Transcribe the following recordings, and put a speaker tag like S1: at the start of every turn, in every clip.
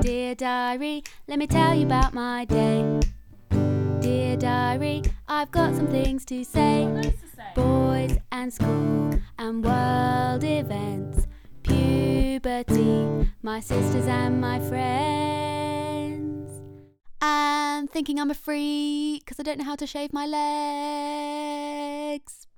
S1: Dear diary, let me tell you about my day. Dear diary, I've got some things to say. Boys and school and world events, puberty, my sisters and my friends. And thinking I'm a freak because I don't know how to shave my legs.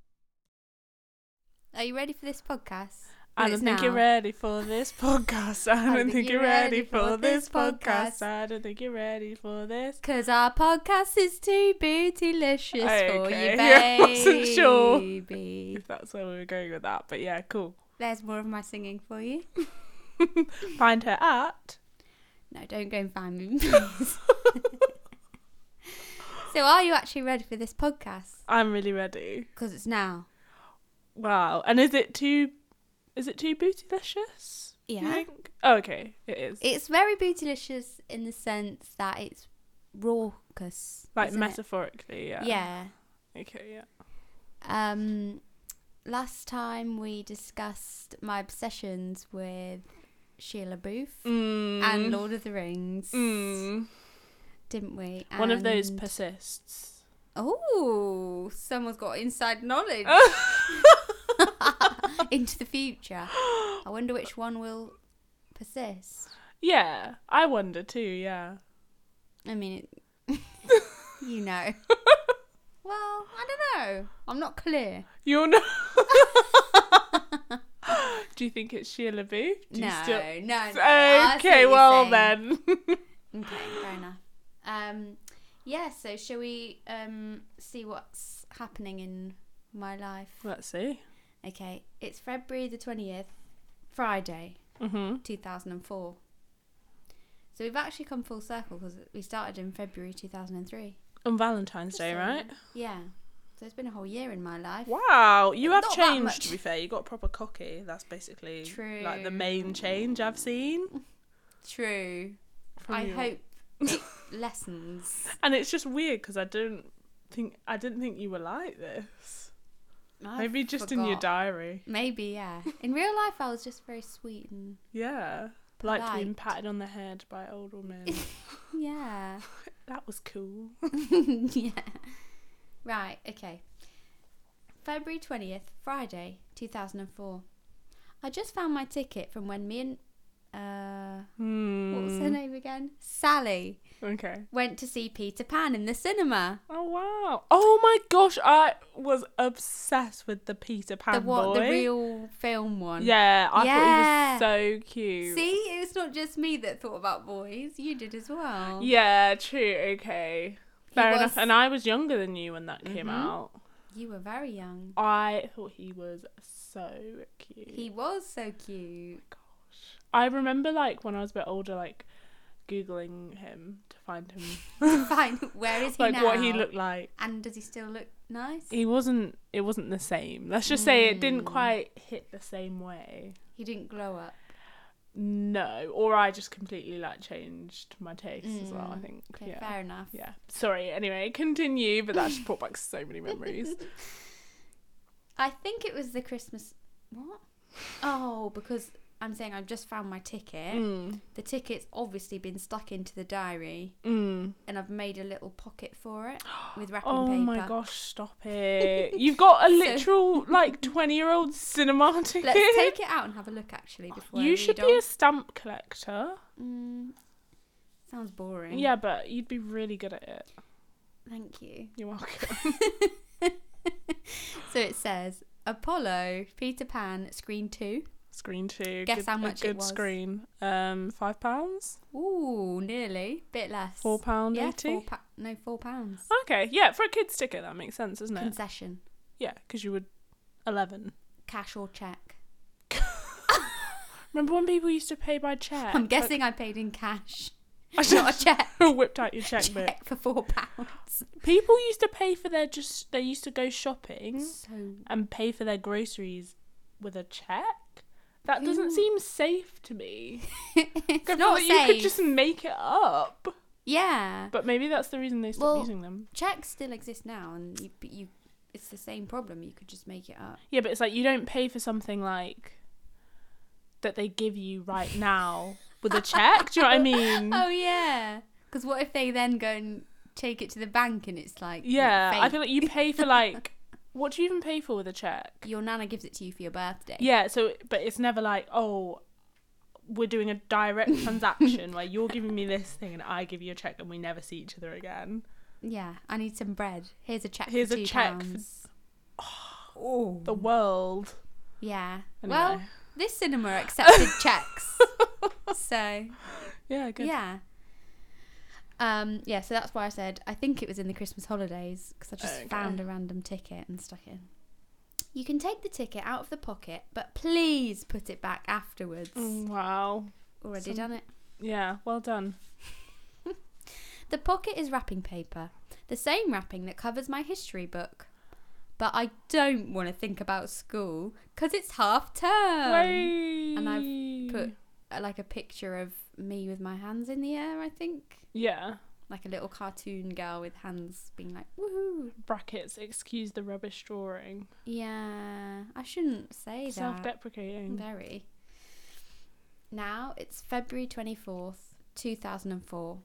S2: Are you ready for this podcast?
S3: I
S2: It
S3: don't
S2: is
S3: think you're
S2: now.
S3: ready for this podcast. I don't think you're ready for this
S2: podcast.
S3: podcast. I don't think you're ready for this.
S2: Cause our podcast is too bootylicious for you, baby.
S3: Okay, I wasn't sure. If that's where we were going with that, but yeah, cool.
S2: There's more of my singing for you.
S3: Find her at.
S2: No, don't go and find me, please. so, are you actually ready for this podcast?
S3: I'm really ready.
S2: Because it's now.
S3: Wow. And is it too? Is it too bootylicious? you
S2: Yeah.
S3: think? Oh, okay, it is.
S2: It's very bootylicious in the sense that it's raucous.
S3: like
S2: isn't it?
S3: metaphorically, yeah.
S2: Yeah.
S3: Okay, yeah.
S2: Um, last time we discussed my obsessions with Sheila Booth
S3: Mm.
S2: and Lord of the Rings,
S3: Mm.
S2: didn't we?
S3: One of those
S2: And-
S3: persists.
S2: oh, someone's got inside knowledge into the future. I wonder which one will persist.
S3: yeah, I wonder too. Yeah.
S2: I mean, it, you know. Well, I don't know. I'm not clear.
S3: You're not. Do you think it's Sheila Booth? Do
S2: No,
S3: You still...
S2: no, no. I see what
S3: Okay,
S2: you're saying.
S3: well then.
S2: Okay, fair enough. Um, yeah, so shall we um, see what's happening in my life?
S3: Let's see.
S2: Okay, it's February the 20th, Friday,
S3: Mhm.
S2: 2004. So we've actually come full circle because we started in February 2003.
S3: On Valentine's Day,
S2: So-
S3: right?
S2: Yeah. So it's been a whole year in my life.
S3: Wow, you have
S2: Not that much.
S3: changed. To be fair, you got proper cocky. That's basically like the main change I've seen.
S2: True.
S3: from
S2: I
S3: you.
S2: hope it lessens.
S3: And it's just weird because I don't think I didn't think you were like this.
S2: I
S3: Maybe just in your
S2: forgot.
S3: diary.
S2: Maybe, yeah. In real life, I was just very sweet and
S3: Yeah,
S2: polite.
S3: like being patted on the head by old women.
S2: Yeah.
S3: that was cool.
S2: yeah. Right, okay. February 20th, Friday, 2004. I just found my ticket from when me and. Uh, what was her
S3: Hmm.
S2: name again? Sally
S3: Okay.
S2: went to see Peter Pan in the cinema.
S3: Oh wow! Oh my gosh, I was obsessed with the Peter Pan
S2: the what?
S3: boy.
S2: The real film one.
S3: Yeah, I
S2: Yeah.
S3: thought he was so cute.
S2: See, it's not just me that thought about boys. You did as well.
S3: Yeah, true. Okay,
S2: He
S3: fair
S2: was-
S3: enough. And I was younger than you when that came
S2: Mhm.
S3: out.
S2: You were very young.
S3: I thought he was so cute.
S2: He was so cute.
S3: I remember like when I was a bit older, like googling him to find him,
S2: Fine. Where is he
S3: like
S2: now?
S3: what he looked like.
S2: And does he still look nice?
S3: He wasn't. It wasn't the same. Let's just say it didn't
S2: Mm.
S3: quite hit the same way.
S2: He didn't glow up.
S3: No, or I just completely like changed my taste as well. I
S2: Mm,
S3: think.
S2: Okay,
S3: yeah.
S2: fair enough.
S3: Yeah. Sorry. Anyway, continue. But that just brought back so many memories.
S2: I think it was the Christmas. What? Oh, because I'm saying I've just found my ticket.
S3: mm.
S2: The ticket's obviously been stuck into the diary,
S3: Mm.
S2: and I've made a little pocket for it with wrapping
S3: Oh
S2: paper.
S3: my gosh! Stop it. You've got a
S2: So-
S3: literal like twenty-year-old cinema ticket.
S2: Let's take it out and have a look. Actually, before I
S3: you
S2: read
S3: should
S2: on.
S3: be a stamp collector.
S2: Mm, sounds boring.
S3: Yeah, but you'd be really good at it.
S2: Thank you.
S3: You're welcome.
S2: So it says Apollo, Peter Pan, Screen Two.
S3: Screen two.
S2: Guess
S3: good,
S2: how
S3: a
S2: much it
S3: good
S2: was.
S3: screen. Um, five pounds.
S2: Ooh, nearly. Bit less.
S3: Four pound
S2: Yeah,
S3: eighty.
S2: four pa- no, four pounds.
S3: Okay, yeah, for a kid's ticket that makes sense, doesn't it?
S2: Concession,
S3: Yeah, because you were 11.
S2: cash or check.
S3: Remember when people used to pay by check?
S2: I'm guessing I paid in cash,
S3: I
S2: not a check.
S3: whipped out your checkbook.
S2: check for four pounds.
S3: People used to pay for their just. They used to go shopping
S2: So
S3: and pay for their groceries with a check. That doesn't
S2: Who-
S3: seem safe to me.
S2: it's
S3: I feel
S2: not
S3: like You
S2: safe.
S3: could just make it up.
S2: Yeah,
S3: But maybe that's the reason they stopped
S2: Well-
S3: using them.
S2: checks still exist now, and you, but you, it's the same problem. You could just make it up.
S3: Yeah, but it's like you don't pay for something like that they give you right now with a check. Do you know what I mean?
S2: Oh yeah. Because what if they then go and take it to the bank and it's like
S3: yeah, I
S2: fake?
S3: feel like you pay for like what do you even pay for with a check?
S2: your nana gives it to you for your birthday.
S3: Yeah, so but it's never like oh, we're doing a direct transaction where you're giving me this thing and I give you a check and we never see each other again.
S2: Yeah, I need some bread. Here's a check.
S3: Here's
S2: for
S3: a
S2: two
S3: check for-
S2: Pounds. Oh.
S3: The world.
S2: Yeah.
S3: Anyway.
S2: Well, this cinema accepted checks. So
S3: Yeah, good.
S2: yeah. Um, yeah, so that's why I said I think it was in the Christmas holidays because I just
S3: Okay.
S2: found a random ticket and stuck it in. You can take the ticket out of the pocket, but please put it back afterwards.
S3: Mm, Wow.
S2: Already
S3: some-
S2: done it.
S3: Yeah, well done.
S2: The pocket is wrapping paper, the same wrapping that covers my history book. But I don't want to think about school because it's half term.
S3: And
S2: Um, I've Put uh, like a picture of me with my hands in the air, I think.
S3: yeah
S2: Like a little cartoon girl with hands being like, woohoo.
S3: brackets. Excuse the rubbish drawing.
S2: Yeah, I shouldn't say that.
S3: Self-deprecating.
S2: Very. Now it's February 24th, 2004.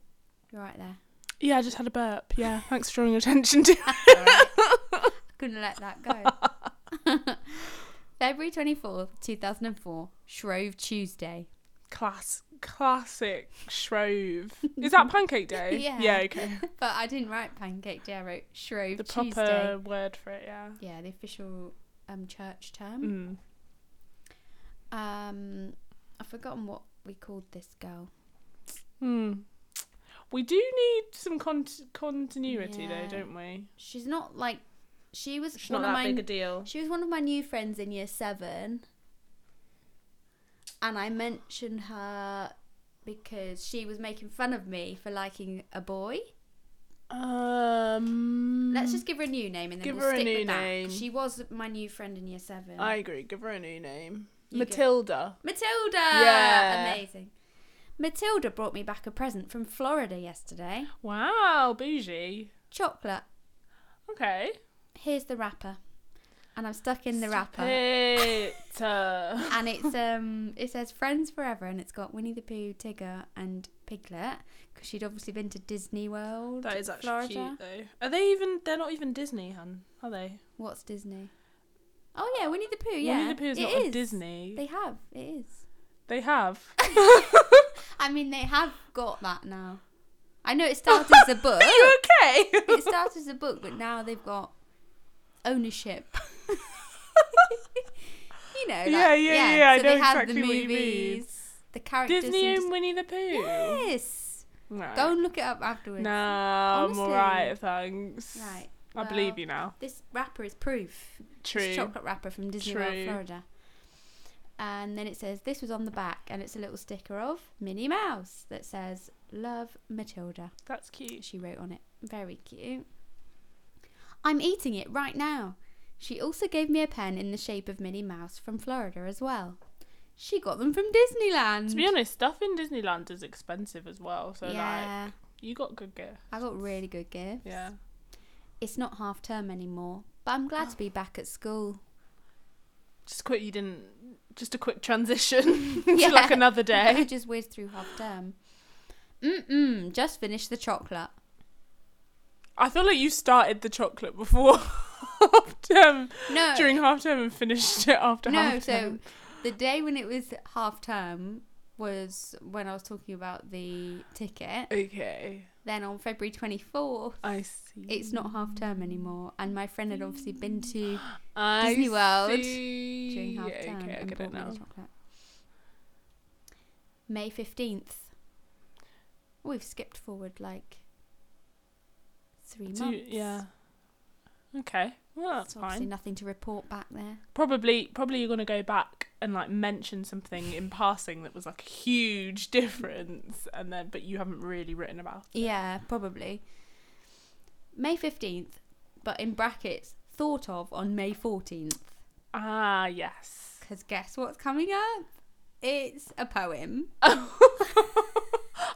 S2: You're right there.
S3: Yeah, I just had a burp. Yeah, thanks for drawing attention to.
S2: Alright. Couldn't let that go. February 24th, 2004, Shrove Tuesday.
S3: Class, classic Shrove. Is that Pancake Day?
S2: Yeah.
S3: Yeah. Okay.
S2: But I didn't write pancake day, I wrote Shrove
S3: The
S2: Tuesday.
S3: proper word for it. Yeah.
S2: Yeah, the official um, church term.
S3: Mm.
S2: Um, I've forgotten what we called this girl.
S3: Hmm. We do need some con- continuity
S2: Yeah.
S3: though, don't we?
S2: She's not like. She was
S3: It's
S2: one
S3: not
S2: of
S3: that
S2: my
S3: big a deal.
S2: She was one of my new friends in year seven. And I mentioned her because she was making fun of me for liking a boy.
S3: Um.
S2: Let's just give her a new name and then
S3: Give
S2: we'll
S3: her a
S2: stick
S3: new
S2: with that.
S3: name.
S2: She was my new friend in year seven.
S3: I agree. Give her a new name.
S2: You give-
S3: Matilda.
S2: Matilda!
S3: Yeah.
S2: Amazing. Matilda brought me back a present from Florida yesterday.
S3: Wow, bougie.
S2: Chocolate.
S3: Okay.
S2: Here's the wrapper. And I'm stuck in the wrapper.
S3: Potato.
S2: and it's um it says friends forever and it's got winnie the pooh tigger and piglet because she'd obviously been to disney world
S3: That is actually
S2: florida
S3: cute though. Are they even? They're not even Disney, hun, are they?
S2: what's disney oh yeah winnie the pooh yeah
S3: Winnie the Pooh is
S2: It
S3: not a
S2: is.
S3: Disney. They,
S2: they have it is
S3: have.
S2: i mean they have got that now i know it started as a book
S3: Are you okay?
S2: it started as a book but now they've got ownership you know like,
S3: Yeah, yeah, yeah, I
S2: so
S3: know
S2: they have
S3: exactly
S2: the
S3: what you mean.
S2: movies the characters
S3: Disney
S2: and
S3: and Winnie the Pooh.
S2: yes
S3: Right.
S2: Go and look it up afterwards.
S3: No, I'm alright, thanks.
S2: Right.
S3: I believe
S2: well,
S3: you now.
S2: This wrapper is proof. It's
S3: True.
S2: a chocolate wrapper from Disney World,
S3: True.
S2: Florida. And then it says this was on the back, and it's a little sticker of Minnie Mouse that says "Love Matilda."
S3: That's cute.
S2: She wrote on it, very cute. I'm eating it right now. She also gave me a pen in the shape of Minnie Mouse from Florida as well. She got them from Disneyland.
S3: To be honest, stuff in Disneyland is expensive as well. So like,
S2: yeah,
S3: you got good gear.
S2: I got really good gifts.
S3: Yeah.
S2: It's not half term anymore, but I'm
S3: Oh.
S2: glad to be back at school.
S3: Just quick, you didn't. Just a quick transition to
S2: Yeah.
S3: like another
S2: I
S3: day.
S2: just whiz through half term. Mm-mm, just finished the chocolate.
S3: I feel like you started the chocolate before half term,
S2: No,
S3: during half term, and finished it after
S2: no.
S3: half
S2: So
S3: term.
S2: the day when it was half term was when I was talking about the ticket.
S3: Okay,
S2: Then on February 24th,
S3: I see.
S2: it's not half term anymore, and my friend had obviously been to
S3: I
S2: Disney World
S3: see.
S2: during half
S3: Okay,
S2: term
S3: I
S2: and
S3: get it
S2: bought me
S3: now.
S2: the chocolate. May 15th. We've skipped forward like three
S3: Do-
S2: months.
S3: yeah. Okay. Well, that's
S2: so obviously
S3: fine.
S2: nothing to report back there.
S3: Probably, probably you're gonna go back and like mention something in passing that was like a huge difference, and then but you haven't really written about.
S2: Yeah, probably. May 15th, but in brackets, thought of on May 14th.
S3: Ah, yes.
S2: Because guess what's coming up? It's a poem.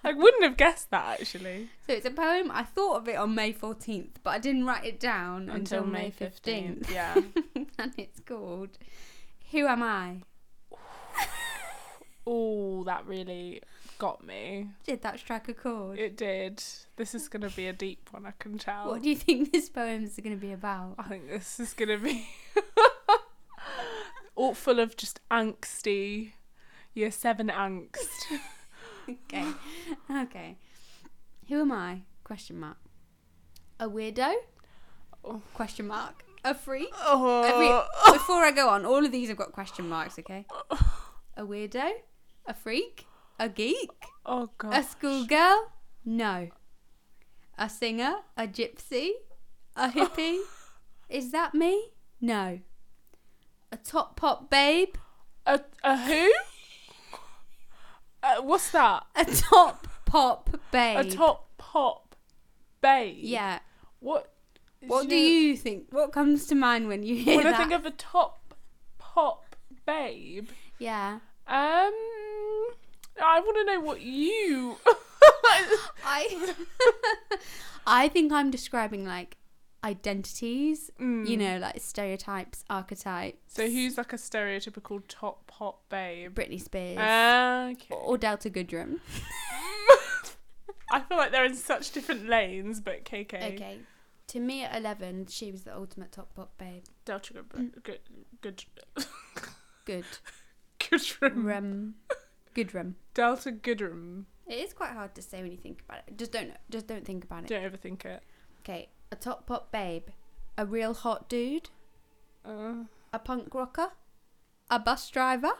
S3: I wouldn't have guessed that actually.
S2: So it's a poem. I thought of it on May 14th, but I didn't write it down until, May 15th.
S3: Yeah.
S2: and it's called Who Am I?
S3: Oh, that really got me.
S2: Did that strike a chord?
S3: It did. This is gonna be a deep one, I can tell.
S2: What do you think this poem's going to be about?
S3: I think this is gonna be all full of just angsty year seven angst.
S2: okay. Okay. Who am I? Question mark. A weirdo?
S3: Oh.
S2: Question mark. A freak?
S3: oh,
S2: Every, before I go on, all of these have got question marks, okay? A weirdo? A freak? A geek?
S3: oh god.
S2: A schoolgirl? No. A singer? A gypsy? A hippie? Is that me? No. A top pop babe?
S3: A, a who? uh, what's that?
S2: A top pop babe.
S3: A top pop babe.
S2: Yeah.
S3: What?
S2: What do you think? What comes to mind when you hear
S3: When
S2: that?
S3: I think of a top pop babe,
S2: yeah.
S3: um, I want to know what you.
S2: I I think I'm describing like identities, you know, like stereotypes, archetypes.
S3: Mm. so who's like a stereotypical top pop babe?
S2: Britney Spears
S3: Uh, Okay.
S2: or Delta Goodrem.
S3: I feel like they're in such different lanes, but KK.
S2: Okay. To me at 11, she was the ultimate top pop babe.
S3: Delta good,
S2: Mm.
S3: good, good,
S2: Good.
S3: Goodrum.
S2: Rem. Goodrem.
S3: Delta Goodrum.
S2: It is quite hard to say when you think about it. Just don't just don't think about it.
S3: Don't overthink it.
S2: Okay. A top pop babe, a real hot dude,
S3: Uh,
S2: a punk rocker, a bus driver.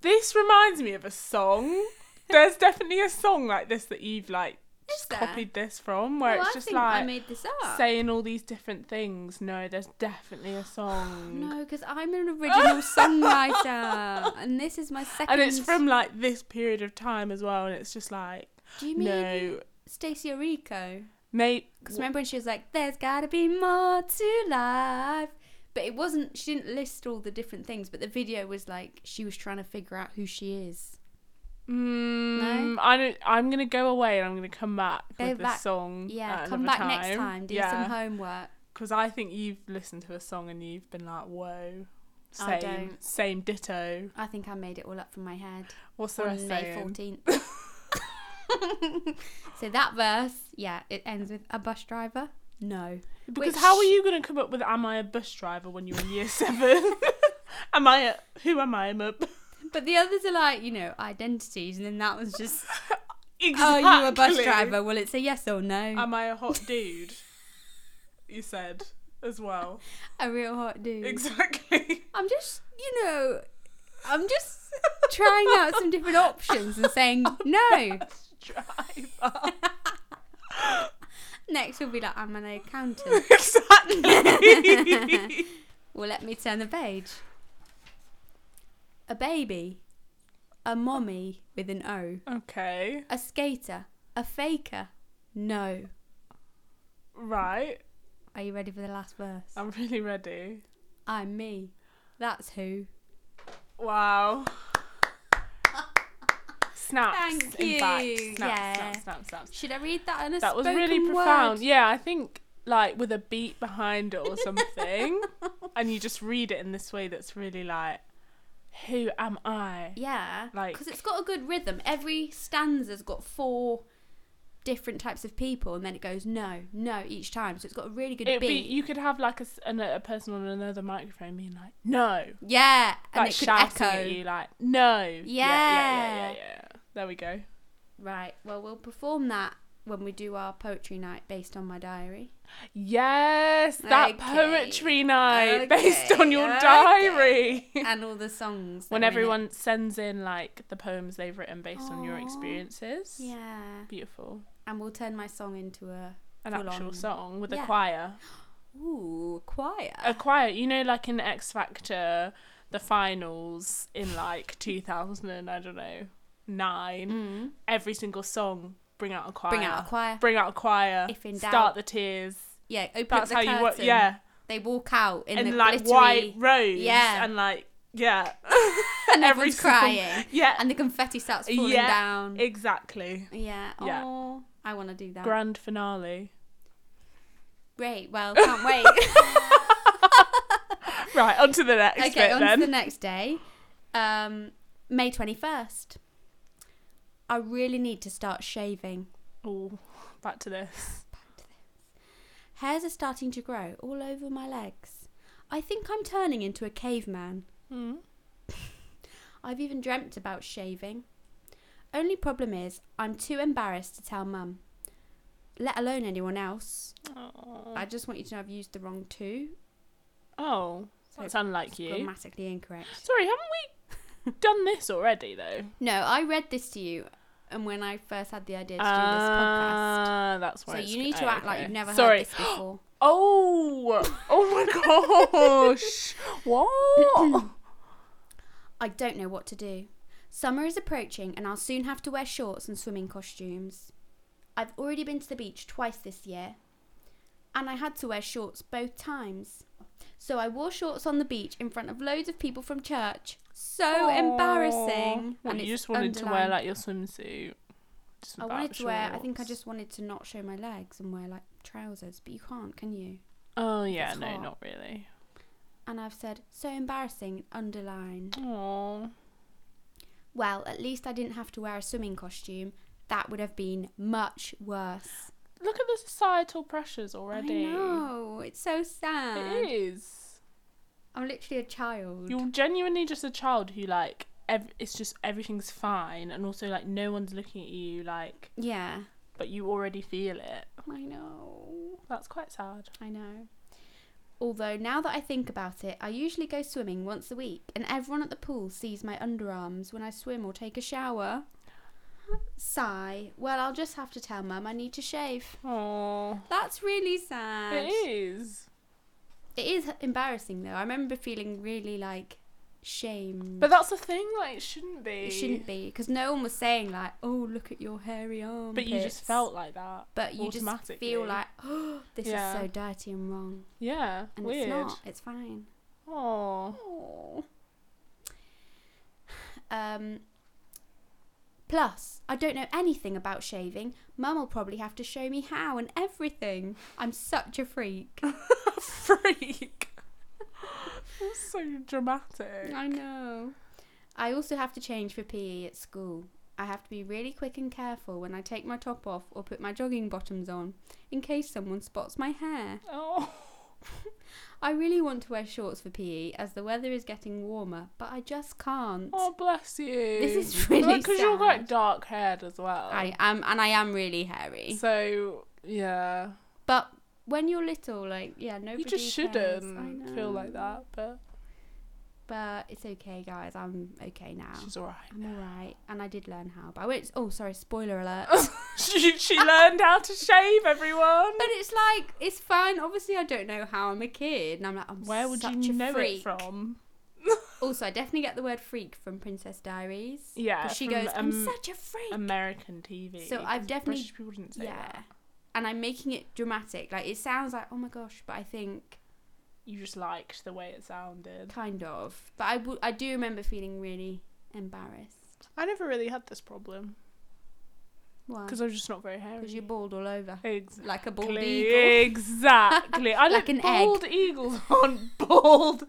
S3: this reminds me of a song. There's definitely a song like this that you've like
S2: Is there?
S3: copied this from, where
S2: Well,
S3: it's
S2: I
S3: just
S2: think I
S3: like
S2: made this up.
S3: saying all these different things. No, there's definitely a song.
S2: No, because I'm an original songwriter, and this is my second.
S3: And it's from like this period of time as well, and it's just like
S2: Do you mean
S3: no,
S2: Stacey Orico?
S3: mate.
S2: Because remember when she was like, "There's gotta be more to life," but it wasn't. She didn't list all the different things, but the video was like she was trying to figure out who she is.
S3: Mm, I don't. I'm gonna go away and I'm gonna come back
S2: Go
S3: with
S2: back-
S3: this song.
S2: Yeah,
S3: Mm, at
S2: come back
S3: another
S2: next time, do
S3: yeah,
S2: some homework.
S3: because I think you've listened to a song and you've been like, whoa, same,
S2: I don't.
S3: same ditto.
S2: I think I made it all up from my head
S3: What's the
S2: on
S3: rest
S2: May
S3: saying?
S2: fourteenth. so that verse, yeah, it ends with a bus driver. No,
S3: Because
S2: Which-
S3: how are you gonna come up with "Am I a bus driver" when you're in year seven? am I a who am I? I'm a
S2: But the others are like, you know, identities, and then that was just,
S3: exactly. Um,
S2: oh, you a bus driver? Will it say yes or no?
S3: Am I a hot dude? you said as well.
S2: a real hot dude.
S3: Exactly.
S2: I'm just, you know, I'm just trying out some different options and saying no.
S3: Bus driver.
S2: Next will be like, I'm an accountant.
S3: exactly.
S2: Well, let me turn the page. A baby, a mommy with an O,
S3: okay.
S2: a skater, a faker. No.
S3: Right.
S2: Are you ready for the last verse?
S3: I'm really ready.
S2: I'm me. That's who.
S3: Wow. Snaps.
S2: Thank
S3: in fact.
S2: you.
S3: Snaps,
S2: Yeah.
S3: snaps, snaps, snaps.
S2: Should I read that in a
S3: That was
S2: spoken
S3: really
S2: word?
S3: profound. Yeah, I think like with a beat behind it or something, and you just read it in this way that's really like, who am I?
S2: Yeah.
S3: Like-
S2: because it's got a good rhythm. Every stanza's got four different types of people, and then it goes no, no each time. So it's got a really good
S3: It'd be, e-,
S2: beat.
S3: you could have like a, s- an- a person on another microphone being like, no,
S2: yeah, and
S3: like
S2: it could
S3: shouting
S2: echo.
S3: at you like, no. Yeah. Yeah, yeah, yeah,
S2: Yeah.
S3: yeah. There we go.
S2: Right. Well, we'll perform that when we do our poetry night based on my diary.
S3: Yes, that
S2: Okay.
S3: poetry night based
S2: Okay,
S3: on your
S2: okay.
S3: diary.
S2: and all the songs. that are in
S3: when
S2: it.
S3: everyone sends in like the poems they've written based on your
S2: Aw.
S3: experiences.
S2: Yeah.
S3: Beautiful.
S2: And we'll turn my song into a.
S3: An
S2: Full
S3: actual
S2: on.
S3: song with
S2: Yeah.
S3: a choir.
S2: Ooh, choir.
S3: A choir, you know, like in X Factor, the finals in like 2000 and I don't know, nine.
S2: Mm.
S3: Every single song, bring out a choir.
S2: Bring out a choir.
S3: Bring out a choir.
S2: If in
S3: start
S2: doubt.
S3: the tears.
S2: Yeah, open
S3: That's
S2: up
S3: how
S2: the
S3: you work.
S2: curtain.
S3: Yeah.
S2: They walk out in
S3: And,
S2: the
S3: like
S2: glittery...
S3: white robes.
S2: Yeah.
S3: And like, yeah.
S2: and everyone's
S3: single-
S2: crying.
S3: Yeah.
S2: And the confetti starts falling
S3: Yeah,
S2: down.
S3: Exactly.
S2: yeah.
S3: Yeah.
S2: Oh, I want to do that.
S3: Grand finale.
S2: Great. Well, can't wait.
S3: Right, on to the next
S2: okay,
S3: bit
S2: on
S3: then.
S2: to the next day. Um, May 21st. I really need to start shaving.
S3: Oh, back to this.
S2: Hairs are starting to grow all over my legs. I think I'm turning into a caveman.
S3: Hmm.
S2: I've even dreamt about shaving. Only problem is, I'm too embarrassed to tell mum, let alone anyone else.
S3: Oh.
S2: I just want you to know I've used the wrong two.
S3: oh,
S2: So
S3: that's unlike you.
S2: Grammatically incorrect.
S3: Sorry, haven't we done this already though?
S2: No, I read this to you, and when I first had the idea to do this podcast.
S3: Ah, that's why.
S2: So
S3: it's-
S2: you need to
S3: oh,
S2: act like
S3: okay.
S2: you've never
S3: Sorry.
S2: heard this before.
S3: Oh, oh my gosh! what?
S2: I don't know what to do. Summer is approaching, and I'll soon have to wear shorts and swimming costumes. I've already been to the beach twice this year, and I had to wear shorts both times. So I wore shorts on the beach in front of loads of people from church. So Oh, embarrassing.
S3: Well,
S2: And it's
S3: you just wanted to wear
S2: underlined.
S3: like your swimsuit. Just
S2: I
S3: without
S2: wanted to wear. I think I
S3: shorts.
S2: just wanted to not show my legs and wear like trousers, but you can't, can you?
S3: Oh yeah,
S2: it's
S3: no,
S2: hot.
S3: not really.
S2: And I've said so embarrassing. Underline.
S3: Oh,
S2: Well, at least I didn't have to wear a swimming costume. That would have been much worse.
S3: look at the societal pressures already.
S2: I know. It's so sad.
S3: It is.
S2: I'm literally a child.
S3: You're genuinely just a child who like ev- it's just everything's fine, and also like no one's looking at you like,
S2: Yeah.
S3: but you already feel it.
S2: I know.
S3: That's quite sad.
S2: I know. Although now that I think about it, I usually go swimming once a week, and everyone at the pool sees my underarms when I swim or take a shower. Sigh. Well, I'll just have to tell Mum I need to shave.
S3: Oh,
S2: That's really sad.
S3: it is.
S2: It is embarrassing though. I remember feeling really like shamed.
S3: But that's the thing. Like, it shouldn't be.
S2: it shouldn't be because no one was saying like, "Oh, look at your hairy arm."
S3: But you just felt like that.
S2: But you just feel
S3: automatically.
S2: like, "Oh, this
S3: Yeah.
S2: is so dirty and wrong,"
S3: Yeah.
S2: and
S3: weird.
S2: it's not. It's fine.
S3: Oh.
S2: Um. Plus, I don't know anything about shaving. Mum will probably have to show me how and everything. I'm such a freak.
S3: freak. That's so dramatic.
S2: I know. I also have to change for PE at school. I have to be really quick and careful when I take my top off or put my jogging bottoms on in case someone spots my hair.
S3: Oh.
S2: I really want to wear shorts for PE as the weather is getting warmer, but I just can't.
S3: Oh, bless you.
S2: This is really
S3: Because you're quite
S2: sad.
S3: dark haired as well.
S2: I am and I am really hairy.
S3: So, yeah.
S2: But when you're little, like yeah, nobody
S3: you just
S2: cares.
S3: shouldn't
S2: I
S3: feel like
S2: know.
S3: that, but
S2: But it's okay, guys. I'm okay now.
S3: she's alright.
S2: I'm alright, and I did learn how. But I won't. Oh, sorry. Spoiler alert.
S3: she, she learned how to shave, everyone.
S2: But it's like it's fine. Obviously, I don't know how I'm a kid, and I'm like, I'm
S3: Where would
S2: such
S3: you
S2: a
S3: know
S2: freak.
S3: it from?
S2: Also, I definitely get the word "freak" from Princess Diaries.
S3: Yeah.
S2: 'Cause she
S3: from,
S2: goes, "I'm
S3: um,
S2: such a freak."
S3: American TV.
S2: So I've
S3: 'cause
S2: definitely-
S3: British people didn't say
S2: yeah,
S3: that.
S2: and I'm making it dramatic. Like it sounds like, oh my gosh, but I think
S3: You just liked the way it sounded.
S2: kind of. But I w- I do remember feeling really embarrassed.
S3: I never really had this problem
S2: Why?
S3: because I was just not very hairy.
S2: Because you're bald all over,
S3: Exactly.
S2: like a bald eagle.
S3: Exactly. I
S2: Like
S3: like
S2: an
S3: an
S2: egg.
S3: bald eagles aren't bald,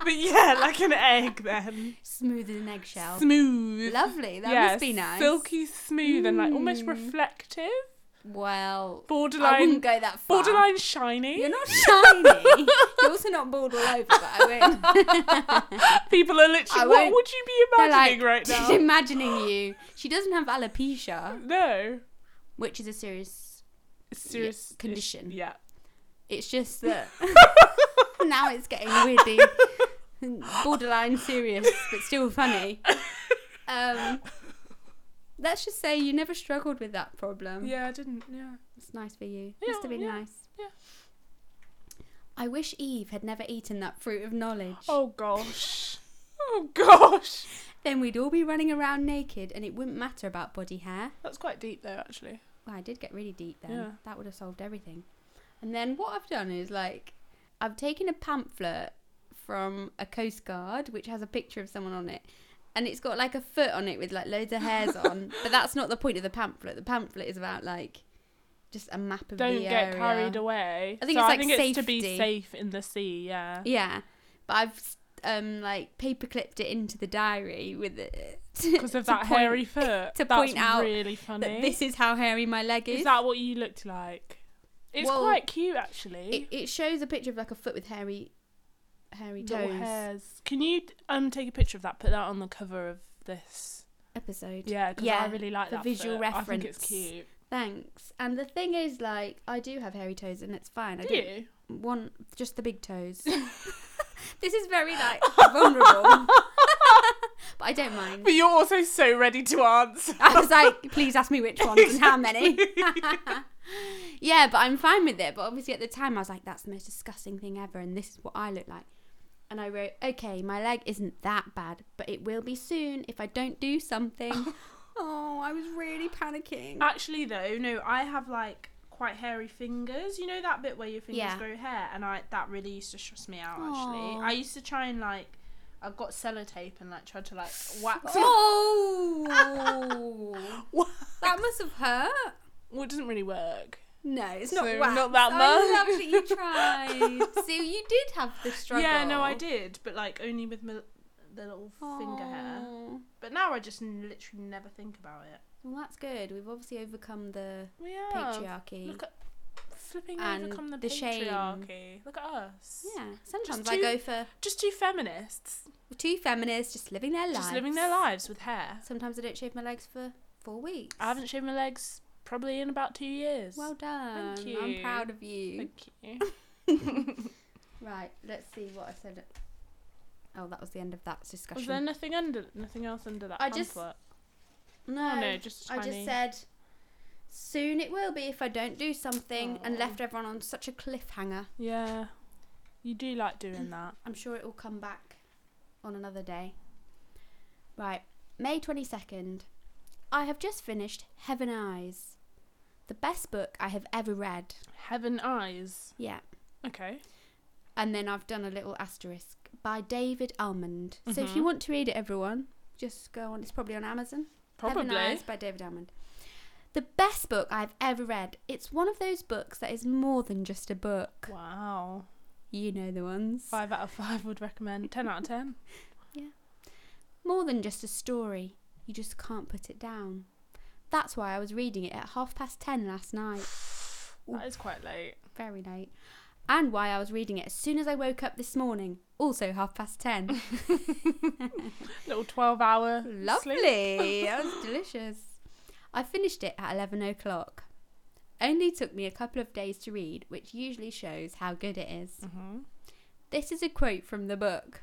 S3: but yeah, like an egg then.
S2: Smooth as an eggshell.
S3: Smooth.
S2: Lovely. That
S3: Yeah,
S2: must be nice.
S3: Silky smooth and like almost
S2: Mm.
S3: reflective.
S2: Well, I
S3: Borderline
S2: wouldn't go that far.
S3: borderline shiny.
S2: You're not shiny. You're also not bald all over, but I won't.
S3: People are
S2: I
S3: literally what
S2: won't-
S3: would you be
S2: They're
S3: imagining
S2: like,
S3: right
S2: just
S3: now?
S2: imagining you. She doesn't have alopecia,
S3: no.
S2: which is a serious.
S3: It's Serious it's-
S2: condition.
S3: Yeah.
S2: It's just that now it's getting weirdly borderline serious, but still funny. Um, let's just say you never struggled with that problem.
S3: Yeah, I didn't. Yeah.
S2: It's nice for you.
S3: Yeah,
S2: Must have been
S3: yeah,
S2: nice.
S3: yeah.
S2: I wish Eve had never eaten that fruit of knowledge.
S3: Oh gosh. oh gosh.
S2: Then we'd all be running around naked and it wouldn't matter about body hair.
S3: That's quite deep though, actually.
S2: Well, I did get really deep then.
S3: Yeah.
S2: That would have solved everything. And then what I've done is like, I've taken a pamphlet from a Coast Guard, which has a picture of someone on it. And it's got like a foot on it with like loads of hairs on. But that's not the point of the pamphlet. The pamphlet is about like just a map of
S3: Don't
S2: the
S3: get
S2: area.
S3: carried away.
S2: I think
S3: so
S2: it's
S3: I
S2: like
S3: think it's to be
S2: safety.
S3: safe in the sea. Yeah.
S2: Yeah, but I've um like paper clipped it into the diary with it
S3: because of
S2: to
S3: that
S2: point-
S3: hairy foot.
S2: to
S3: That's
S2: point out
S3: really funny.
S2: that this is how hairy my leg is.
S3: is that what you looked like? It's
S2: Well,
S3: quite cute actually.
S2: it, it shows a picture of like a foot with hairy, hairy
S3: Little
S2: toes.
S3: hairs. Can you um take a picture of that? Put that on the cover of this.
S2: Episode.
S3: Yeah, because I
S2: Yeah,
S3: really like
S2: for
S3: that
S2: visual
S3: foot. I think
S2: reference.
S3: it's cute.
S2: Thanks. And the thing is, like, I do have hairy toes, and it's fine. I
S3: Do
S2: don't
S3: you?
S2: want just the big toes. this is very like vulnerable, but I don't mind.
S3: But you're also so ready to answer.
S2: I was like, please ask me which ones and how many. yeah, but I'm fine with it. But obviously, at the time, I was like, that's the most disgusting thing ever, and this is what I look like. And I wrote, okay, my leg isn't that bad, but it will be soon if I don't do something. oh, I was really panicking.
S3: Actually, though, no, I have like quite hairy fingers. You know that bit where your fingers
S2: Yeah.
S3: grow hair, and I that really used to stress me out. Actually,
S2: Aw.
S3: I used to try and like I got sellotape and like tried to like wax. it.
S2: Oh,
S3: What?
S2: that must have hurt.
S3: Well, it doesn't really work.
S2: No, it's not
S3: So,
S2: wax.
S3: not that
S2: I
S3: much.
S2: love that you tried. so you did have the struggle.
S3: Yeah, no, I did, but like only with my, the little finger hair.
S2: Oh.
S3: But now I just n- literally never think about it.
S2: Well, that's good. We've obviously overcome the
S3: We are.
S2: patriarchy.
S3: Look at flipping
S2: And
S3: overcome the,
S2: the shame.
S3: patriarchy. Look at us.
S2: yeah, sometimes
S3: Just
S2: I
S3: two-
S2: go for
S3: Just two feminists,
S2: two feminists just living their lives.
S3: just living their lives with hair.
S2: Sometimes I don't shave my legs for four weeks.
S3: I haven't shaved my legs probably in about two years.
S2: Well done. Oh, I'm
S3: you.
S2: proud of you.
S3: thank you.
S2: Right, let's see what I said. Oh, that was the end of that discussion.
S3: Was there nothing under, nothing else under that?
S2: I just-
S3: pamphlet?
S2: no,
S3: oh, no, just a
S2: I
S3: tiny.
S2: just said, soon it will be if I don't do something, and
S3: Aw.
S2: left everyone on such a cliffhanger.
S3: Yeah, you do like doing that.
S2: I'm sure it will come back on another day. Right, May 22nd. I have just finished Heaven Eyes, the best book I have ever read.
S3: Heaven eyes.
S2: Yeah.
S3: Okay.
S2: And then I've done a little asterisk by David Almond. So if you
S3: Mhm.
S2: want to read it, everyone, just go on. It's probably on Amazon. Heaven
S3: Probably.
S2: Eyes by David Almond. The best book I've ever read. It's one of those books that is more than just a book.
S3: Wow.
S2: You know the ones.
S3: Five out of five would recommend. Ten out of ten.
S2: More than just a story. You just can't put it down. That's why I was reading it at half past ten last night.
S3: That is quite late.
S2: Very late. And why I was reading it as soon as I woke up this morning. Also half past ten.
S3: Little twelve-hour.
S2: Lovely. that was delicious. I finished it at 11 o'clock. Only took me a couple of days to read, which usually shows how good it is.
S3: hmm
S2: This is a quote from the book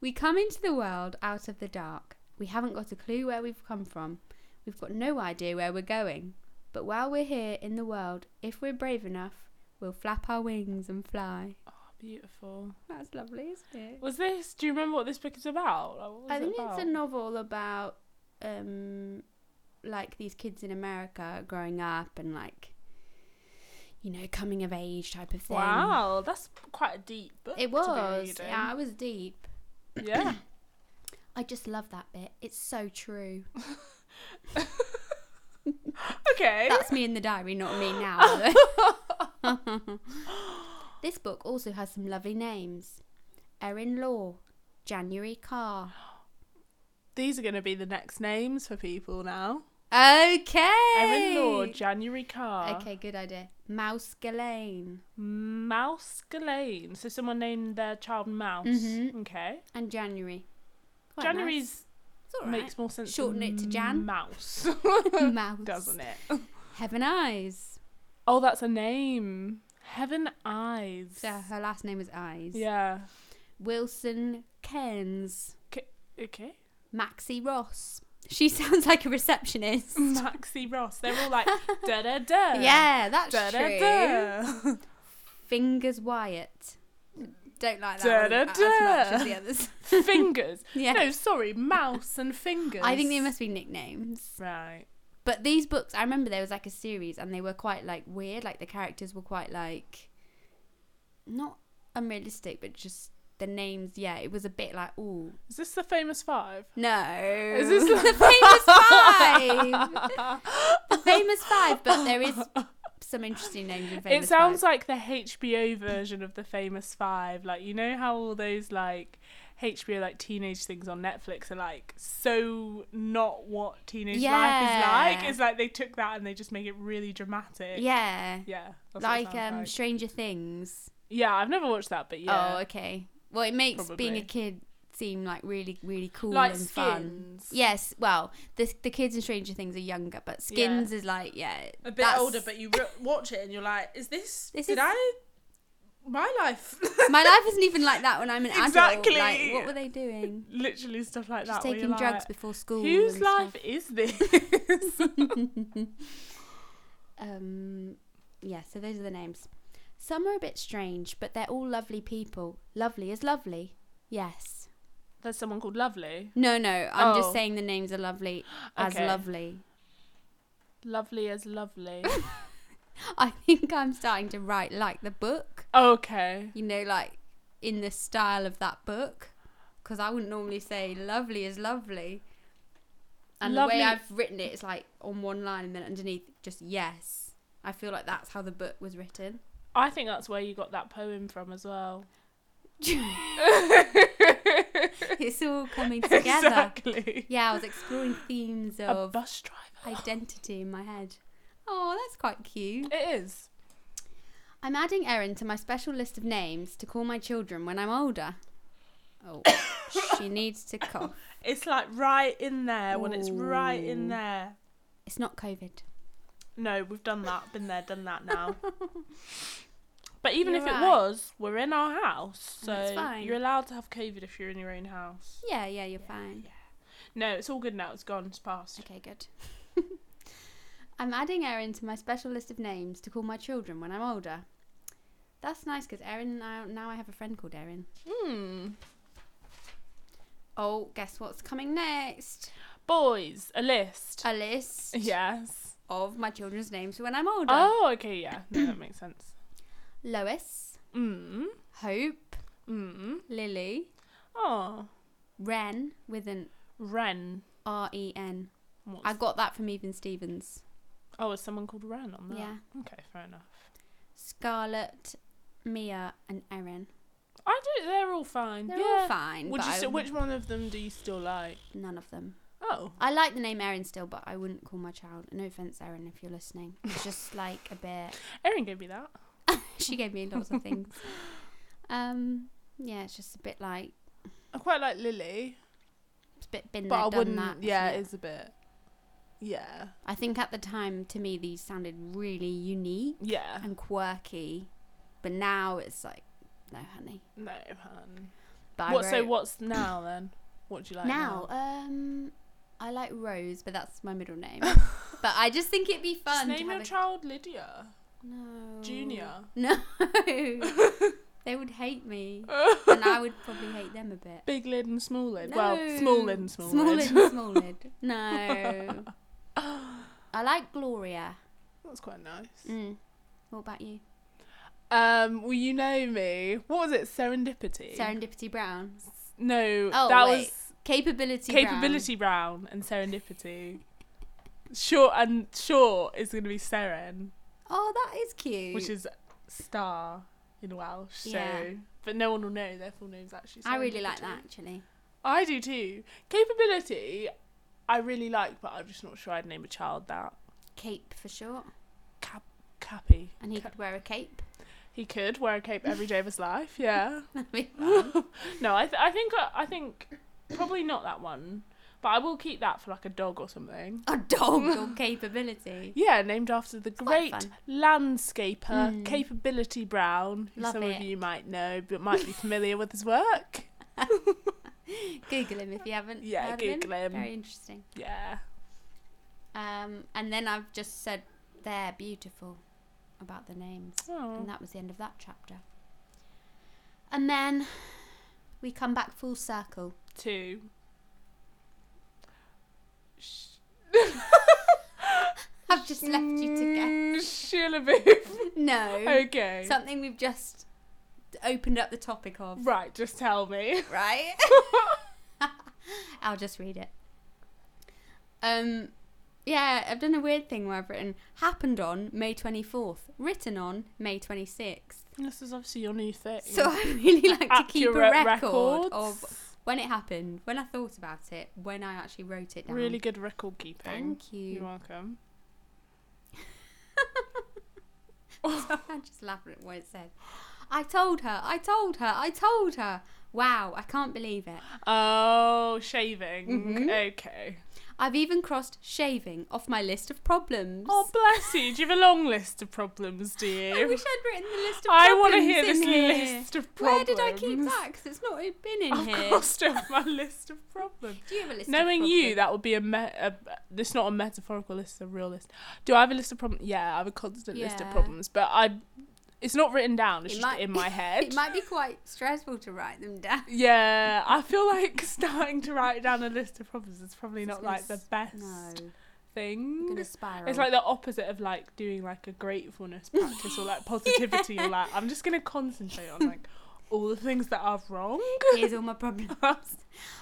S2: We come into the world out of the dark. We haven't got a clue where we've come from. We've got no idea where we're going. But while we're here in the world, if we're brave enough, we'll flap our wings and fly.
S3: Oh, beautiful.
S2: That's lovely, isn't it?
S3: Was this? Do you remember what this book is about? Like, what was
S2: I
S3: it
S2: think
S3: about?
S2: it's a novel about um like these kids in America growing up and like you know coming of age type of thing.
S3: Wow, that's quite a deep book. to
S2: It
S3: be
S2: was.
S3: reading.
S2: Yeah, it was deep.
S3: yeah.
S2: I just love that bit. It's so true.
S3: Okay.
S2: That's me in the diary, not me now. though. this book also has some lovely names. Erin Law, January Carr.
S3: These are going to be the next names for people now.
S2: Okay.
S3: Erin Law, January Carr,
S2: Okay, good idea. Mouse Gillane.
S3: Mouse Gillane. So someone named their child Mouse.
S2: Mhm.
S3: Okay.
S2: and January. Quite nice.
S3: January's
S2: It's all right.
S3: makes more sense.
S2: Shorten
S3: than
S2: it to Jan.
S3: Mouse,
S2: Mouse.
S3: doesn't it?
S2: Heaven Eyes.
S3: Oh, that's a name. Heaven Eyes.
S2: So her last name is Eyes.
S3: Yeah.
S2: Wilson Cairns.
S3: Okay.
S2: Maxie Ross. She sounds like a receptionist.
S3: Maxie Ross. They're all like da da da.
S2: yeah, that's
S3: Da
S2: true.
S3: da da.
S2: Fingers Wyatt. Don't like that
S3: Da,
S2: one
S3: da,
S2: as much as
S3: da.
S2: the others.
S3: Fingers.
S2: Yeah.
S3: No, sorry, mouse and fingers.
S2: I think they must be nicknames.
S3: Right.
S2: But these books, I remember there was like a series, and they were quite like weird. Like the characters were quite like not unrealistic, but just the names. Yeah, it was a bit like ooh,
S3: Is this the famous five?
S2: no.
S3: Is this
S2: the famous five? the famous five, but there is some interesting names in famous
S3: It sounds
S2: Five.
S3: like the HBO version of the Famous Five. Like you know how all those like HBO like teenage things on Netflix are like so not what teenage life is
S2: Yeah.
S3: like. It's like they took that and they just make it really dramatic.
S2: yeah,
S3: Yeah. that's what it
S2: like
S3: sounds
S2: um Stranger Things.
S3: Yeah, I've never watched that, but yeah.
S2: Oh, okay. Well, it makes being
S3: Probably.
S2: a kid seem like really, really cool
S3: Like
S2: and fun.
S3: Skins.
S2: Yes. Well, the the kids in Stranger Things are younger, but Skins is like yeah,
S4: a bit
S2: that's-
S4: older, but you re- watch it and you're like, is this?
S2: This
S4: did
S2: is-
S4: I? My life.
S2: my life isn't even like that when I'm an
S3: Exactly.
S2: adult. Like, what were they doing?
S3: Literally stuff like
S2: Just
S3: that. where
S2: taking
S3: you're
S2: drugs
S3: like,
S2: before school.
S3: Whose
S2: and
S3: life
S2: stuff.
S3: is this?
S2: um, yeah, so those are the names. Some are a bit strange, but they're all lovely people. Lovely is lovely. Yes.
S3: There's someone called Lovely.
S2: No, no. I'm
S3: Oh.
S2: just saying the names are lovely as
S3: Okay.
S2: lovely.
S3: Lovely as lovely.
S2: I think I'm starting to write like the book.
S3: okay.
S2: You know, like in the style of that book, because I wouldn't normally say lovely is lovely. And the
S3: Lovely-
S2: way I've written it is like on one line and then underneath just yes. I feel like that's how the book was written.
S3: I think that's where you got that poem from as well.
S2: It's all coming together.
S3: Exactly.
S2: Yeah, I was exploring themes
S3: A
S2: of
S3: bus driver.
S2: identity in my head. Oh, that's quite cute.
S3: It is.
S2: I'm adding Erin to my special list of names to call my children when I'm older. Oh, she needs to cough.
S3: It's like right in there when it's right in
S2: Ooh.
S3: there.
S2: It's not COVID.
S3: No, we've done that. Been there, done that now. But even
S2: You're
S3: if
S2: right.
S3: it was, we're in our house,
S2: And it's
S3: so
S2: fine.
S3: you're allowed to have COVID if you're in your own house.
S2: Yeah, yeah, you're fine.
S3: No, it's all good now. It's gone. It's past.
S2: Okay, good. I'm adding Erin to my special list of names to call my children when I'm older. That's nice because Erin now, now I have a friend called Erin.
S3: Hmm.
S2: Oh, guess what's coming next?
S3: Boys, a list.
S2: A list
S3: yes.
S2: of my children's names for when I'm older.
S3: Oh, okay. Yeah. No, that makes sense.
S2: Lois,
S3: Mm.
S2: Hope,
S3: Mm.
S2: Lily,
S3: Oh,
S2: Ren with an
S3: Ren.
S2: R E N.
S3: What's-
S2: I got that from Even Stevens.
S3: Oh, is someone called Ren on that?
S2: Yeah.
S3: Okay, fair enough.
S2: Scarlett, Mia, and Erin.
S3: I do. They're all fine.
S2: They're
S3: yeah.
S2: all fine.
S3: Would
S2: but
S3: you
S2: I
S3: still,
S2: wouldn't-
S3: which one of them do you still like?
S2: None of them.
S3: Oh,
S2: I like the name Erin still, but I wouldn't call my child. No offense, Erin, if you're listening. It's just like a bit.
S3: Erin gave me that.
S2: she gave me lots of things. Um, yeah, it's just a bit like
S3: I quite like Lily,
S2: it's a bit been
S3: but
S2: there,
S3: I
S2: done
S3: wouldn't.
S2: that.
S3: yeah,
S2: isn't it?
S3: it's a bit. Yeah.
S2: I think at the time to me these sounded really unique
S3: Yeah.
S2: and quirky, but now it's like no, honey.
S3: No, hun.
S2: But I
S3: What? So
S2: wrote-
S3: what's now then? What do you like
S2: now,
S3: now?
S2: um, I like Rose, but that's my middle name. but I just think it'd be
S3: Just
S2: fun. to have
S3: name your
S2: a... Mm.
S3: child Lydia
S2: no.
S3: Junior.
S2: No. they would hate me. and I would probably hate them a bit.
S3: Big lid and small lid. Well, small lid and small,
S2: small
S3: lid.
S2: lid. Small lid. No. I like Gloria.
S3: That's quite nice.
S2: Mm. What about you?
S3: Um, well, you know me. What was it? Serendipity.
S2: Serendipity Brown.
S3: no,
S2: Oh,
S3: that
S2: wait.
S3: was
S2: Capability
S3: Capability Brown and Serendipity. Short and short is going to be Seren,
S2: Brown. Oh, that is cute.
S3: which is star in Welsh.
S2: Yeah.
S3: So, but no one will know their full name's actually.
S2: I really like
S3: Serendipity.
S2: that actually.
S3: I do too. Capability, I really like, but I'm just not sure I'd name a child that.
S2: Cape for short.
S3: Cap, Cappy.
S2: And he
S3: Cap-
S2: could wear a cape.
S3: he could wear a cape every day of his life. Yeah.
S2: That'd be fun.
S3: no, I, th- I think uh, I think probably not that one, but I will keep that for like a dog or something.
S2: a dog or capability.
S3: Yeah, named after the
S2: quite
S3: great
S2: fun.
S3: landscaper
S2: Mm.
S3: Capability Brown, who
S2: Love
S3: some
S2: it.
S3: of you might know but might be familiar with his work.
S2: Google him if you haven't.
S3: Yeah,
S2: heard of
S3: Google
S2: him.
S3: him.
S2: Very interesting.
S3: Yeah.
S2: Um, and then I've just said they're beautiful about the names, and
S3: Oh.
S2: that was the end of that chapter. And then we come back full circle.
S3: Two.
S2: I've just left you to guess.
S3: Mm, Shillaboo.
S2: No,
S3: okay.
S2: something we've just opened up the topic of,
S3: right, just tell me.
S2: right? I'll just read it. Um, Yeah, I've done a weird thing where I've written happened on May 24th, written on May 26th.
S3: This is obviously your new thing.
S2: So I really like to keep a
S3: Accurate
S2: record
S3: records.
S2: of when it happened, when I thought about it, when I actually wrote it down.
S3: Really good record keeping.
S2: Thank
S3: You're
S2: you.
S3: welcome.
S2: Sorry, I'm just laughing at what it said. I told her, I told her, I told her. Wow, I can't believe it.
S3: Oh, shaving.
S2: Mhm.
S3: Okay.
S2: I've even crossed shaving off my list of problems.
S3: Oh, bless you. Do you have a long list of problems, do you?
S2: I wish I'd written the list of
S3: I
S2: problems.
S3: want to hear this
S2: in here.
S3: list of
S2: Where
S3: problems.
S2: did I keep that? Because it's not been in
S3: I've
S2: here.
S3: crossed off my list of problems.
S2: Do you have a list?
S3: Knowing
S2: of
S3: you,
S2: problems?
S3: that would be a, me- a it's not a metaphorical list, it's a real list. Do I have a list of problems? Yeah, I have a constant list of
S2: Yeah.
S3: problems, but I, it's not written down. It's
S2: It
S3: just
S2: might-
S3: in my head.
S2: it might be quite stressful to write them down.
S3: Yeah, I feel like starting to write down a list of problems is probably
S2: It's
S3: not
S2: gonna
S3: like the
S2: s-
S3: best
S2: No,
S3: thing.
S2: I'm gonna spiral.
S3: It's like the opposite of like doing like a gratefulness practice or like positivity or like I'm just gonna concentrate on like all the things that are wrong.
S2: here's all my problems.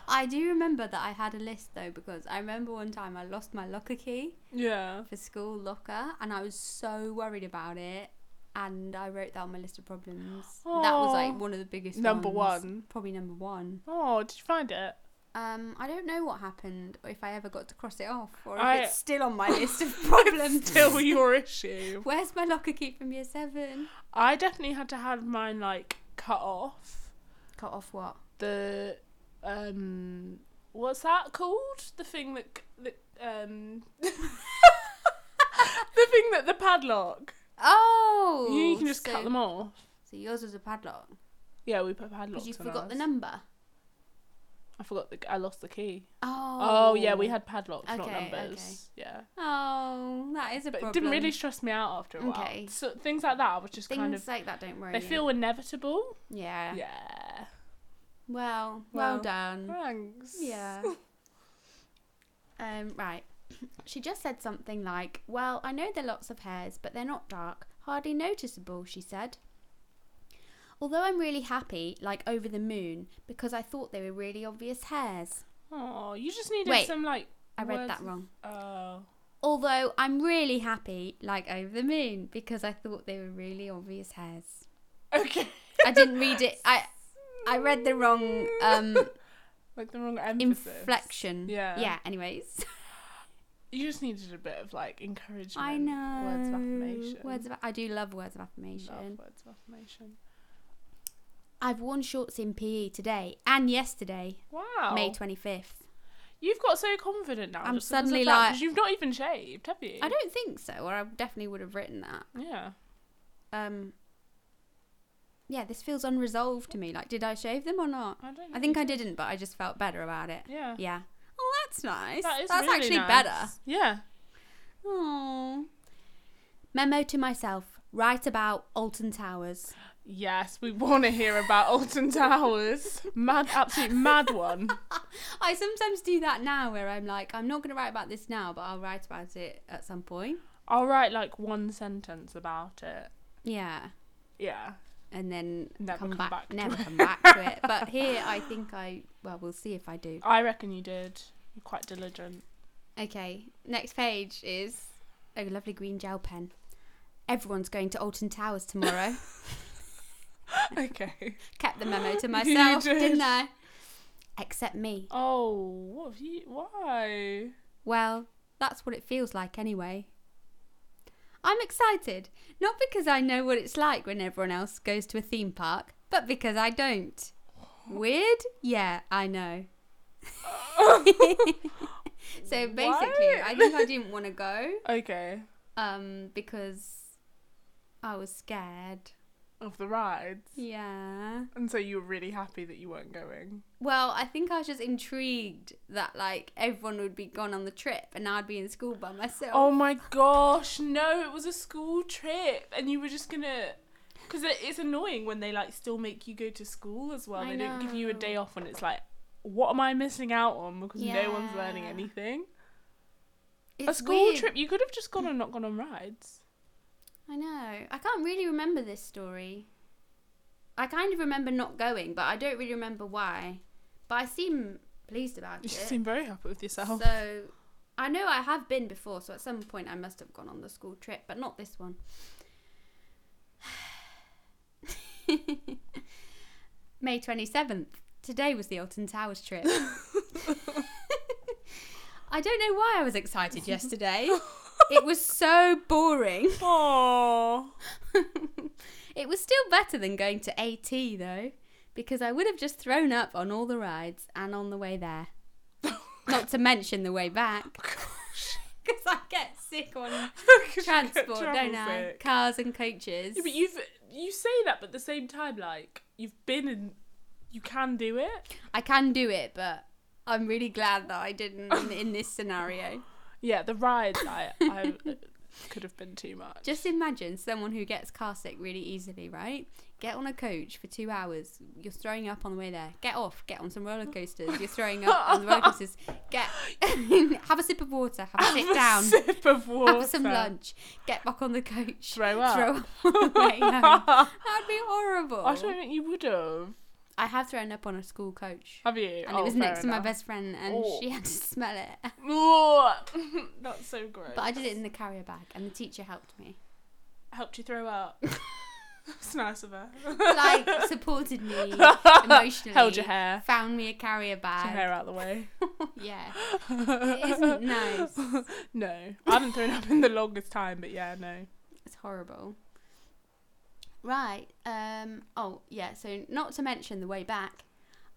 S2: I do remember that I had a list though because I remember one time I lost my locker key
S3: Yeah.
S2: for school locker and I was so worried about it. And I wrote down my list of problems. That was
S3: Aw.
S2: like one of the biggest.
S3: Number
S2: ones.
S3: one.
S2: Probably number one.
S3: Oh, did you find it?
S2: Um, I don't know what happened or if I ever got to cross it off or if
S3: I-
S2: it's still on my list of problems.
S3: Still your issue.
S2: Where's my locker key from year seven?
S3: I definitely had to have mine like cut off.
S2: Cut off what?
S3: The um what's that called? The thing that c- that um the thing that the padlock.
S2: Oh,
S3: You, you can just
S2: so-
S3: cut them off.
S2: So yours was a padlock
S3: Yeah, we put padlocks.
S2: because you
S3: on
S2: forgot the
S3: ours.
S2: number.
S3: I forgot the. I lost the key.
S2: Oh.
S3: Oh, yeah, we had padlocks, not
S2: Okay,
S3: numbers. Yeah,
S2: Oh, that is a
S3: but
S2: problem.
S3: it didn't really stress me out after a while.
S2: Okay.
S3: So things like that, I was just
S2: Things
S3: kind of.
S2: like that don't worry.
S3: They
S2: you.
S3: feel inevitable.
S2: Yeah.
S3: Yeah.
S2: Well, well,
S3: Well.
S2: done.
S3: Thanks.
S2: Yeah. um. Right. She just said something like, "Well, I know there are lots of hairs, but they're not dark, hardly noticeable." She said. Although I'm really happy, like over the moon, because I thought they were really obvious hairs.
S3: Oh, you just needed
S2: Wait,
S3: some like.
S2: I read
S3: words-
S2: that wrong.
S3: Oh.
S2: Although I'm really happy, like over the moon, because I thought they were really obvious hairs.
S3: Okay.
S2: I didn't read it. I I read the wrong um,
S3: like the wrong emphasis.
S2: inflection.
S3: Yeah.
S2: Yeah. Anyways,
S3: You just needed a bit of like encouragement.
S2: I know
S3: Words of affirmation.
S2: Words of I do love words of affirmation.
S3: Love words of affirmation.
S2: I've worn shorts in PE today and yesterday,
S3: Wow.
S2: May twenty fifth.
S3: You've got so confident now.
S2: I'm
S3: just because of
S2: suddenly
S3: that,
S2: like-
S3: 'cause you've not even shaved, have you?
S2: I don't think so, or I definitely would have written that.
S3: Yeah.
S2: Um. Yeah, this feels unresolved to me. Like, did I shave them or not?
S3: I don't.
S2: I think I didn't, but I just felt better about it.
S3: Yeah.
S2: Yeah. Oh, that's nice.
S3: That is
S2: that's
S3: really
S2: actually
S3: nice.
S2: better.
S3: Yeah.
S2: Oh. Memo to myself. Write about Alton Towers.
S3: Yes, we want to hear about Alton Towers. Mad, absolute mad one.
S2: I sometimes do that now where I'm like, I'm not going to write about this now, but I'll write about it at some point.
S3: I'll write like one sentence about it.
S2: Yeah.
S3: Yeah.
S2: And then
S3: Never
S2: come,
S3: come
S2: back,
S3: back to
S2: never
S3: it.
S2: come back to it. But here, I think I, well, we'll see if I do.
S3: I reckon you did. You're quite diligent.
S2: Okay, next page is a lovely green gel pen. Everyone's going to Alton Towers tomorrow.
S3: Okay.
S2: Kept the memo to
S3: You
S2: myself,
S3: did.
S2: didn't I? Except me.
S3: Oh, what have you. Why?
S2: Well, that's what it feels like anyway. I'm excited, not because I know what it's like when everyone else goes to a theme park, but because I don't. Weird? Yeah, I know. so basically, I think I didn't want to go
S3: Okay.
S2: um, because I was scared.
S3: Of the rides.
S2: Yeah.
S3: And so you were really happy that you weren't going.
S2: Well, I think I was just intrigued that like everyone would be gone on the trip and I'd be in school by myself.
S3: Oh my gosh, no, it was a school trip and you were just gonna. Because it's annoying when they like still make you go to school as well.
S2: I
S3: they don't give you a
S2: know.
S3: day off when it's like, what am I missing out on? Because no one's learning
S2: Yeah.
S3: anything.
S2: It's
S3: a school
S2: weird.
S3: trip, you could have just gone and not gone on rides.
S2: I know. I can't really remember this story. I kind of remember not going, but I don't really remember why. But I seem pleased about
S3: You
S2: it.
S3: seem very happy with yourself.
S2: So I know I have been before, so at some point I must have gone on the school trip, but not this one. May 27th. Today was the Alton Towers trip. I don't know why I was excited yesterday. it was so boring.
S3: Oh,
S2: it was still better than going to AT though, because I would have just thrown up on all the rides and on the way there. Not to mention the way back. Because I get sick on transport, don't I? Cars and coaches.
S3: Yeah, but you've you say that, but at the same time, like you've been and you can do it.
S2: I can do it, but I'm really glad that I didn't in, in this scenario.
S3: Yeah, the rides I, I could have been too much.
S2: Just imagine someone who gets car sick really easily, right? Get on a coach for two hours. You're throwing up on the way there. Get off. Get on some roller coasters. You're throwing up on the roller coasters. Get have a sip of water. Have a
S3: Have
S2: sit
S3: a
S2: down.
S3: sip of water.
S2: Have some lunch. Get back on the coach.
S3: Throw up.
S2: Throw up on the way home. That'd be horrible.
S3: I don't think you would have.
S2: I have thrown up on a school coach.
S3: Have you?
S2: And
S3: Oh,
S2: it was
S3: fair
S2: next to my
S3: enough.
S2: best friend, and
S3: Oh.
S2: she had to smell it.
S3: Ugh. That's so gross.
S2: But I did it in the carrier bag, and the teacher helped me.
S3: Helped you throw up. It's nice of her.
S2: Like, supported me emotionally.
S3: Held your hair.
S2: Found me a carrier
S3: Your
S2: bag.
S3: hair out the way.
S2: yeah. It isn't nice.
S3: No, I haven't thrown up in the longest time, but yeah, no.
S2: It's horrible. Right. Um, oh, yeah. So, not to mention the way back,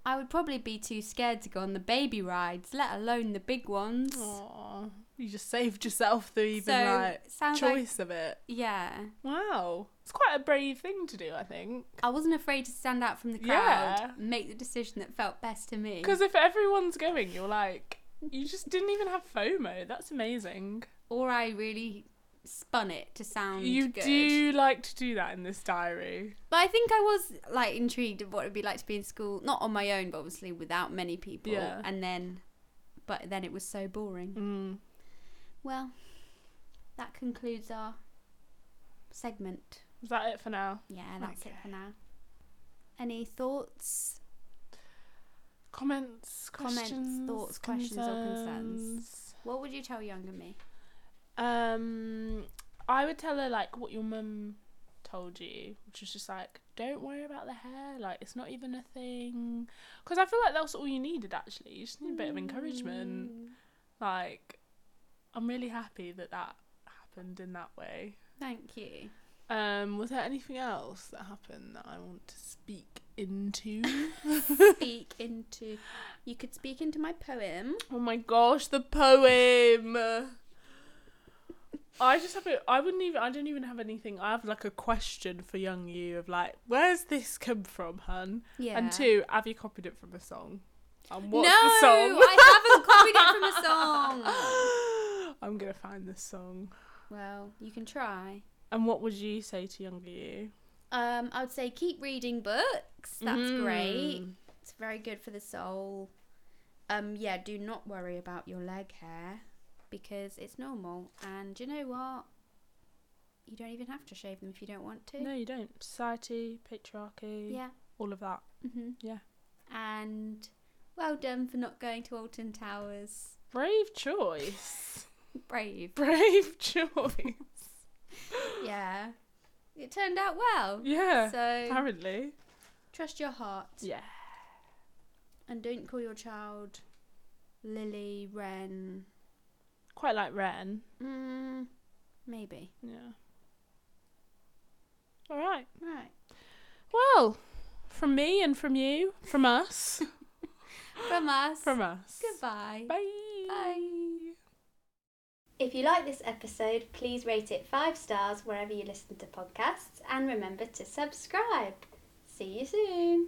S2: I would probably be too scared to go on the baby rides, let alone the big ones.
S3: Aww. You just saved yourself the even
S2: so,
S3: like
S2: sounds like.
S3: choice of it.
S2: Yeah.
S3: Wow, it's quite a brave thing to do, I think.
S2: I wasn't afraid to stand out from the crowd,
S3: Yeah.
S2: make the decision that felt best to me.
S3: Because if everyone's going, you're like, you just didn't even have FOMO. That's amazing.
S2: Or I really spun it to sound
S3: you
S2: good.
S3: do like to do that in this diary.
S2: But I think I was like intrigued of what it'd be like to be in school, not on my own, but obviously without many people.
S3: Yeah.
S2: And then, but then it was so boring.
S3: Mm.
S2: Well, that concludes our segment.
S3: Is that it for now?
S2: Yeah, that's it for now. Any thoughts?
S3: Comments,
S2: Comments,
S3: questions,
S2: thoughts, questions or concerns?
S3: concerns?
S2: What would you tell younger me?
S3: Um, I would tell her like what your mum told you, which was just like, don't worry about the hair, like it's not even a thing. Because I feel like that's all you needed actually. You just need a bit of
S2: Mm.
S3: encouragement.
S2: Hmm.
S3: Like, I'm really happy that that happened in that way.
S2: Thank you.
S3: Um, was there anything else that happened that I want to speak into?
S2: Speak into. You could speak into my poem.
S3: oh my gosh, the poem. I just have a. I wouldn't even. I don't even have anything. I have like a question for young you of like, where's this come from, hun?
S2: Yeah.
S3: And two, have you copied it from a song? And
S2: No,
S3: what's the song?
S2: I haven't copied it from a song.
S3: I'm gonna find this song.
S2: Well, you can try.
S3: And what would you say to younger you?
S2: Um, I would say keep reading books. That's great.
S3: Mm.
S2: It's very good for the soul. Um, yeah, do not worry about your leg hair because it's normal. And you know what? You don't even have to shave them if you don't want to.
S3: No, you don't. Society, patriarchy,
S2: Yeah.
S3: all of that.
S2: hmm
S3: Yeah.
S2: And well done for not going to Alton Towers.
S3: Brave choice.
S2: Brave.
S3: Brave choice.
S2: Yeah. It turned out well.
S3: Yeah.
S2: So
S3: Apparently.
S2: trust your heart.
S3: Yeah.
S2: And don't call your child Lily, Wren.
S3: Quite like Ren.
S2: Mm, maybe.
S3: Yeah. All right.
S2: Right.
S3: Well, from me and from you, from us,
S2: From us.
S3: from us.
S2: Goodbye.
S3: Bye.
S5: If you like this episode, please rate it five stars wherever you listen to podcasts and remember to subscribe. See you soon.